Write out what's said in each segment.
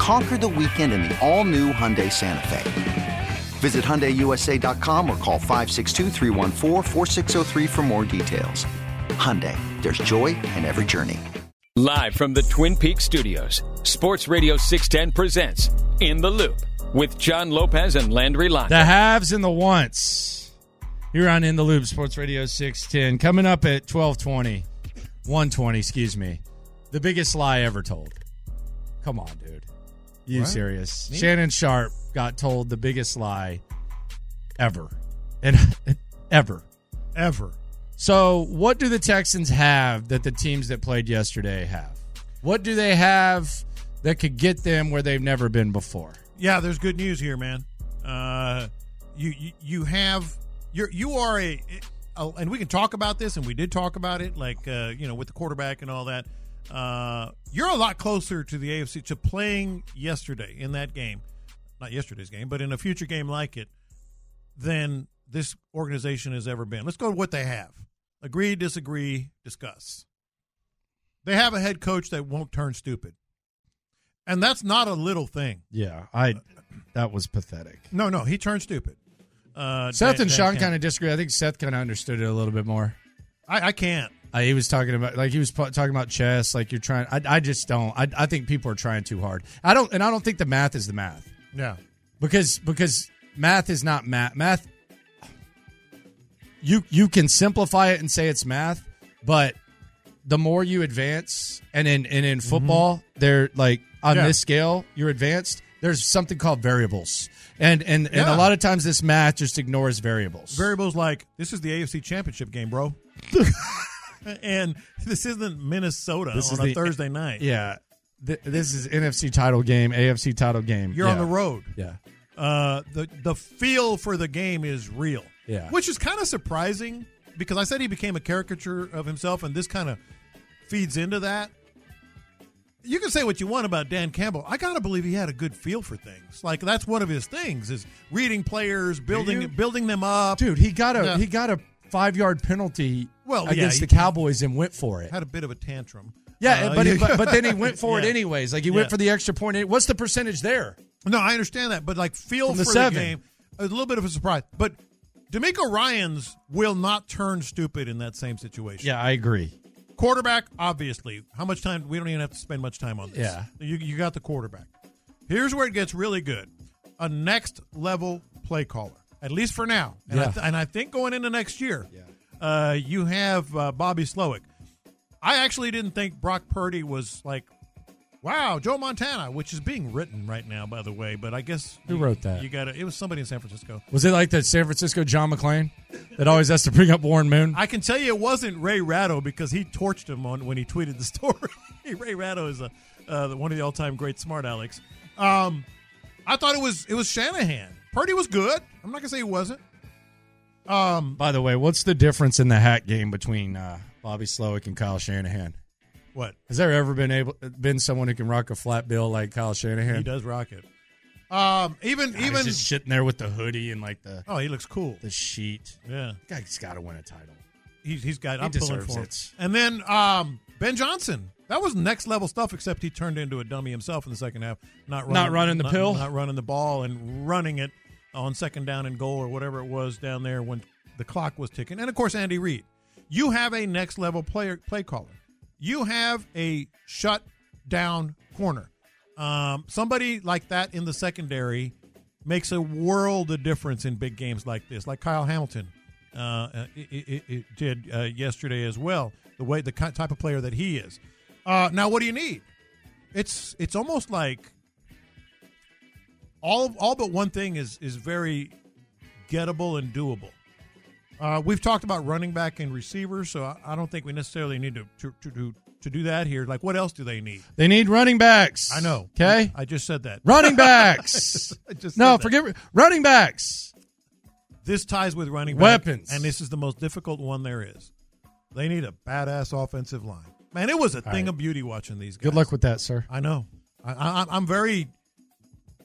Conquer the weekend in the all new Hyundai Santa Fe. Visit HyundaiUSA.com or call 562-314-4603 for more details. Hyundai, there's joy in every journey. Live from the Twin Peaks studios, Sports Radio 610 presents In the Loop with John Lopez and Landry Lott. The haves and the wants. You're on In the Loop Sports Radio 610. Coming up at 1220, 120, excuse me. The biggest lie ever told. Come on, dude. You serious? Shannon Sharp got told the biggest lie ever. And ever. ever. So, what do the Texans have that the teams that played yesterday have? What do they have that could get them where they've never been before? Yeah, there's good news here, man. Uh, you, you you have you're you are a, a- and we can talk about this, and we did talk about it, like uh, you know, with the quarterback and all that. Uh, you're a lot closer to the AFC to playing yesterday in that game, not yesterday's game, but in a future game like it, than this organization has ever been. Let's go to what they have. Agree, disagree, discuss. They have a head coach that won't turn stupid, and that's not a little thing. Yeah, I. That was pathetic. No, no, he turned stupid. Uh, Seth Dan- and Dan Sean Campbell. kind of disagree. I think Seth kind of understood it a little bit more. I, I can't. Uh, he was talking about like he was pu- talking about chess. Like you're trying. I, I just don't. I, I think people are trying too hard. I don't, and I don't think the math is the math Yeah, because because math is not math. Math. You you can simplify it and say it's math, but the more you advance, and in and in football, they're like on Mm-hmm. Yeah. this scale, you're advanced. There's something called variables, and and and a Yeah. lot of times this math just ignores variables. variables like this is the AFC Championship game, bro, and this isn't Minnesota This on is a the- Thursday night. Yeah. Th- this is NFC title game, AFC title game. You're on Yeah. the road. Yeah. Uh, the the feel for the game is real. Yeah. which is kind of surprising because I said he became a caricature of himself, and this kind of feeds into that. You can say what you want about Dan Campbell. I gotta believe he had a good feel for things. Like that's one of his things is reading players, building building them up. Dude, he got a Yeah. he got a 5-yard penalty Well, yeah, against he- the Cowboys and went for it. had a bit of a tantrum. Yeah, Uh, but, he, but but then he went for it Yeah. anyways. Like he went Yeah. for the extra point. And What's the percentage there? No, I understand that, but like feel From the for seven. the game. A little bit of a surprise, but D'Amico Ryan's will not turn stupid in that same situation. I agree. quarterback, obviously. How much time? We don't even have to spend much time on this. Yeah. you you got the quarterback. Here's where it gets really good: a next level play caller, at least for now. And, I, Yeah. th- and I think going into next year, uh, you have uh, Bobby Slowick. I actually didn't think Brock Purdy was like, wow, Joe Montana, which is being written right now, by the way. But I guess Who you- wrote that? You got to It was somebody in San Francisco. Was it like the San Francisco John McClain that always has to bring up Warren Moon? I can tell you it wasn't Ray Ratto because he torched him on when he tweeted the story. Ray Ratto is a uh, one of the all-time great smart Alex. Um, I thought it was it was Shanahan. Purdy was good. I'm not gonna say he wasn't. Um, By the way, what's the difference in the hat game between uh, Bobby Slowick and Kyle Shanahan? what Has there ever been able been someone who can rock a flat bill like Kyle Shanahan? he does rock it. Um, even Even even just sitting there with the hoodie and like the oh, he looks cool. the sheet. Yeah, Guy's got to win a title. he's he's got. He I'm pulling deserves for him. it. And then um, Ben Johnson. That was next level stuff. Except he turned into a dummy himself in the second half. Not running, Not running the not- pill? not running the ball, and running it on second down and goal or whatever it was down there when the clock was ticking. And of course, Andy Reid. You have a next level player play caller. You have a shut down corner. Um, somebody like that in the secondary makes a world of difference in big games like this, like Kyle Hamilton uh, it, it, it did uh, yesterday as well. The way the ki- type of player that he is. Uh, now, what do you need? It's it's almost like all all but one thing is is very gettable and doable. Uh, we've talked about running back and receivers, so I, I don't think we necessarily need to to, to do to do that here. Like, what else do they need? They need running backs. I know. Okay. I just said that. Running backs. I just no, said that. forget running backs. This ties with running back, Weapons. and this is the most difficult one there is. They need a badass offensive line. Man, it was a thing right. of beauty watching these guys. Good luck with that, sir. I know. I, I, I'm very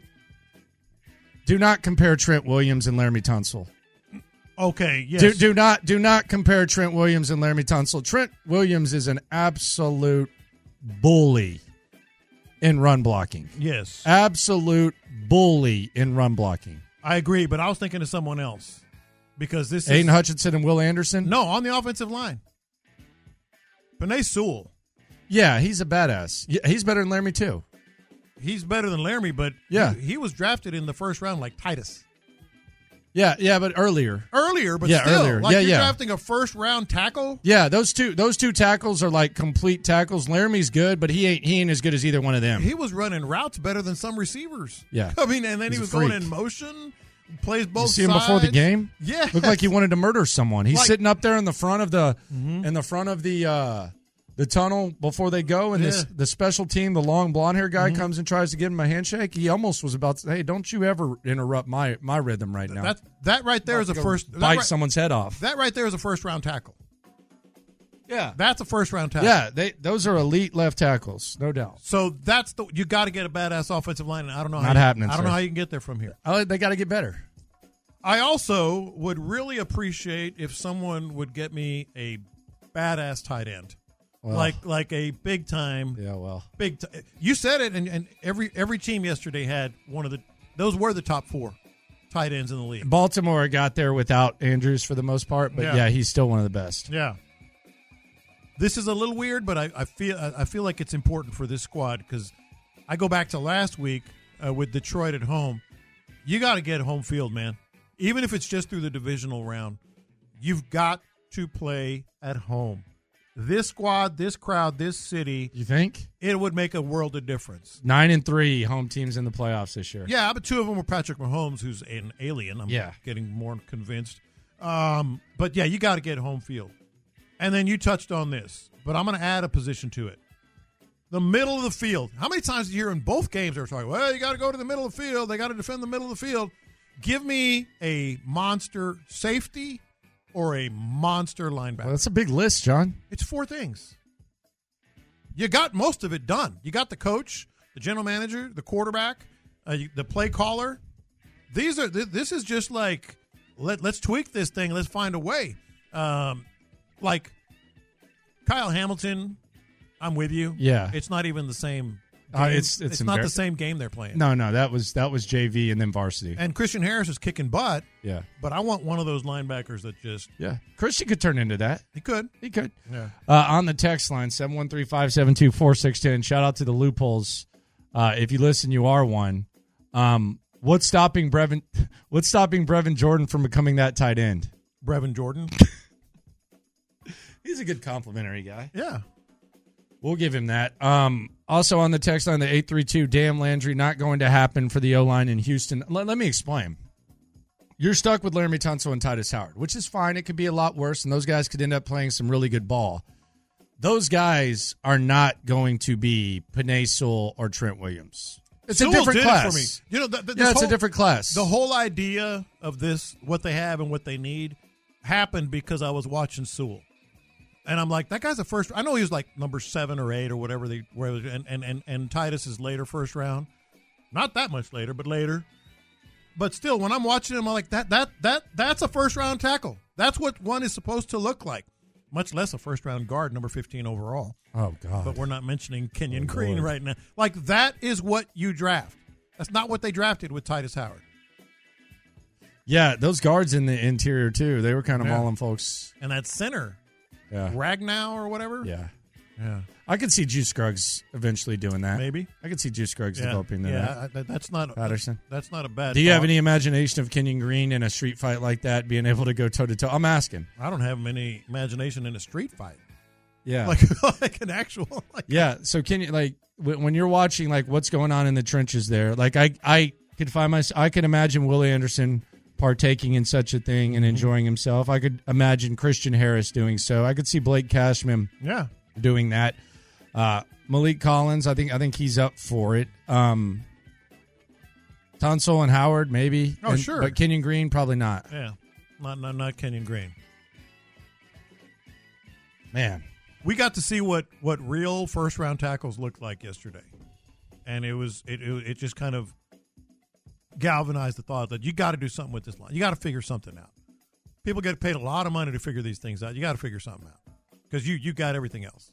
do not compare Trent Williams and Laramie Tunsil. Okay. Yes. Do, do not do not compare Trent Williams and Laramie Tunsil. Trent Williams is an absolute bully in run blocking. yes. Absolute bully in run blocking. I agree, but I was thinking of someone else because this is Aiden Hutchinson and Will Anderson. no on the offensive line. Panay Sewell, Yeah, he's a badass. Yeah, he's better than Laramie too. he's better than Laramie, but Yeah. he, he was drafted in the first round like Titus Yeah, yeah, but earlier. earlier, but Yeah, still, earlier. like Yeah, you're yeah. drafting a first round tackle. Yeah, those two those two tackles are like complete tackles. Laramie's good, but he ain't he ain't as good as either one of them. He was running routes better than some receivers. Yeah. I mean, and then he He's a was going freak. in motion, plays both. You see him before the sides. game? Yeah, Looked like he wanted to murder someone. He's Like- Mm-hmm. sitting up there in the front of the in the front of the uh the tunnel before they go and this Yeah. Mm-hmm. the special team, the long blonde hair guy comes and tries to give him a handshake. He almost was about to say, Hey, don't you ever interrupt my my rhythm right now. that that right there is a Go first that bite right, someone's head off. that right there is a first round tackle. yeah. That's a first round tackle. Yeah, they those are elite left tackles, no doubt. So that's the you got to get a badass offensive line, and I don't know. how Not you, happening, I don't sir. know how you can get there from here. Oh, they gotta get better. I also would really appreciate if someone would get me a badass tight end, Well. like like a big time, Yeah, well. big. T- you said it, and, and every every team yesterday had one of the those were the top four tight ends in the league. Baltimore got there without Andrews for the most part, but Yeah. yeah, he's still one of the best. Yeah. This is a little weird, but I, I feel I I feel like it's important for this squad because I go back to last week uh, with Detroit at home. You got to get home field, man. Even if it's just through the divisional round, you've got to play at home. This squad, this crowd, this city, You think? it would make a world of difference. Nine and three home teams in the playoffs this year. Yeah, but two of them were Patrick Mahomes, who's an alien. I'm Yeah. getting more convinced. Um, but yeah, you got to get home field. And then you touched on this, but I'm going to add a position to it. The middle of the field. How many times do you hear in both games they're talking, well, you got to go to the middle of the field. They got to defend the middle of the field. Give me a monster safety or a monster linebacker. Well, that's a big list, John. It's four things. You got most of it done. You got the coach, the general manager, the quarterback, uh, you- the play caller. These are th- this is just like let let's tweak this thing. Let's find a way. Um, like Kyle Hamilton, I'm with you. Yeah. it's not even the same. Uh, game. it's- it's not embar- the same game they're playing. No, no, that was that was JV and then varsity. And Christian Harris is kicking butt, Yeah, but I want one of those linebackers that just yeah. Christian could turn into that. he could. He could. Yeah. Uh, on the text line, 713-572-4610. Shout out to the loopholes. Uh, if you listen, you are one. Um, What's stopping Brevin? What's stopping Brevin Jordan from becoming that tight end? Brevin Jordan. He's a good complimentary guy. yeah. We'll give him that. Um, also on the text line, the eight three two. Damn Landry, not going to happen for the O line in Houston. Let, let me explain. You're stuck with Laramie Tunsil and Titus Howard, which is fine. It could be a lot worse, and those guys could end up playing some really good ball. Those guys are not going to be Panay Sewell or Trent Williams. It's a Sewell different did it class. for me. You know, th- th- Yeah, this it's a whole- different class. The whole idea of this, what they have and what they need, happened because I was watching Sewell, and I'm like, that guy's a first. I know he was like number seven or eight or whatever they where it was, and and and and Titus is later first round, not that much later, but later. But still, when I'm watching him, I'm like that that that that's a first round tackle. That's what one is supposed to look like, much less a first round guard, number 15 overall Oh God! but we're not mentioning Kenyon Green right now. Like that is what you draft. That's not what they drafted with Titus Howard. Yeah, those guards in the interior too. They were kind of Yeah. mauling folks. And that center, Yeah, Ragnow or whatever. yeah. yeah, I could see Juice Scruggs eventually doing that. Maybe. I could see Juice Scruggs yeah. developing that. Yeah, I- that- that's not Patterson. That's not a bad. Do you have thought. any imagination of Kenyon Green in a street fight like that, being able to go toe to toe? I'm asking. I don't have any imagination in a street fight, Yeah, like like an actual. Like, yeah. So Kenyon, like when when you're watching, like what's going on in the trenches there, like I I could find myself. I could imagine Willie Anderson partaking in such a thing Mm-hmm. and enjoying himself. I could imagine Christian Harris doing so. I could see Blake Cashman. yeah, doing that. Uh, Malik Collins, I think I think he's up for it. Um, Tunsil and Howard, maybe. Oh, And- sure. But Kenyon Green, probably not. yeah. Not not not Kenyon Green. Man, we got to see what what real first round tackles looked like yesterday, and it was it it, it just kind of galvanized the thought that you got to do something with this line. You got to figure something out. People get paid a lot of money to figure these things out. You got to figure something out because you you got everything else.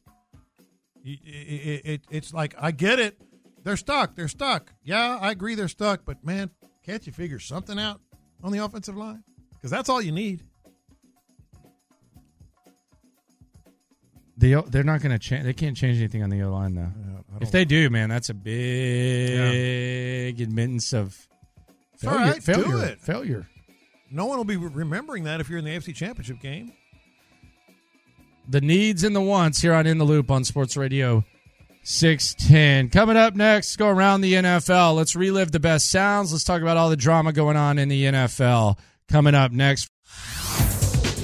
You, it, it, it's like I get it. They're stuck. They're stuck. Yeah, I agree. They're stuck. But man, can't you figure something out on the offensive line? Because that's all you need. the O- they're not going to change. They can't change anything on the O line though. if they do, man, that's a big admittance of all failure. right, do failure. it. Failure. No one will be remembering that if you're in the AFC Championship game. the needs and the wants here on In the Loop on Sports Radio 610. Coming up next, go around the NFL. Let's relive the best sounds. Let's talk about all the drama going on in the NFL. Coming up next.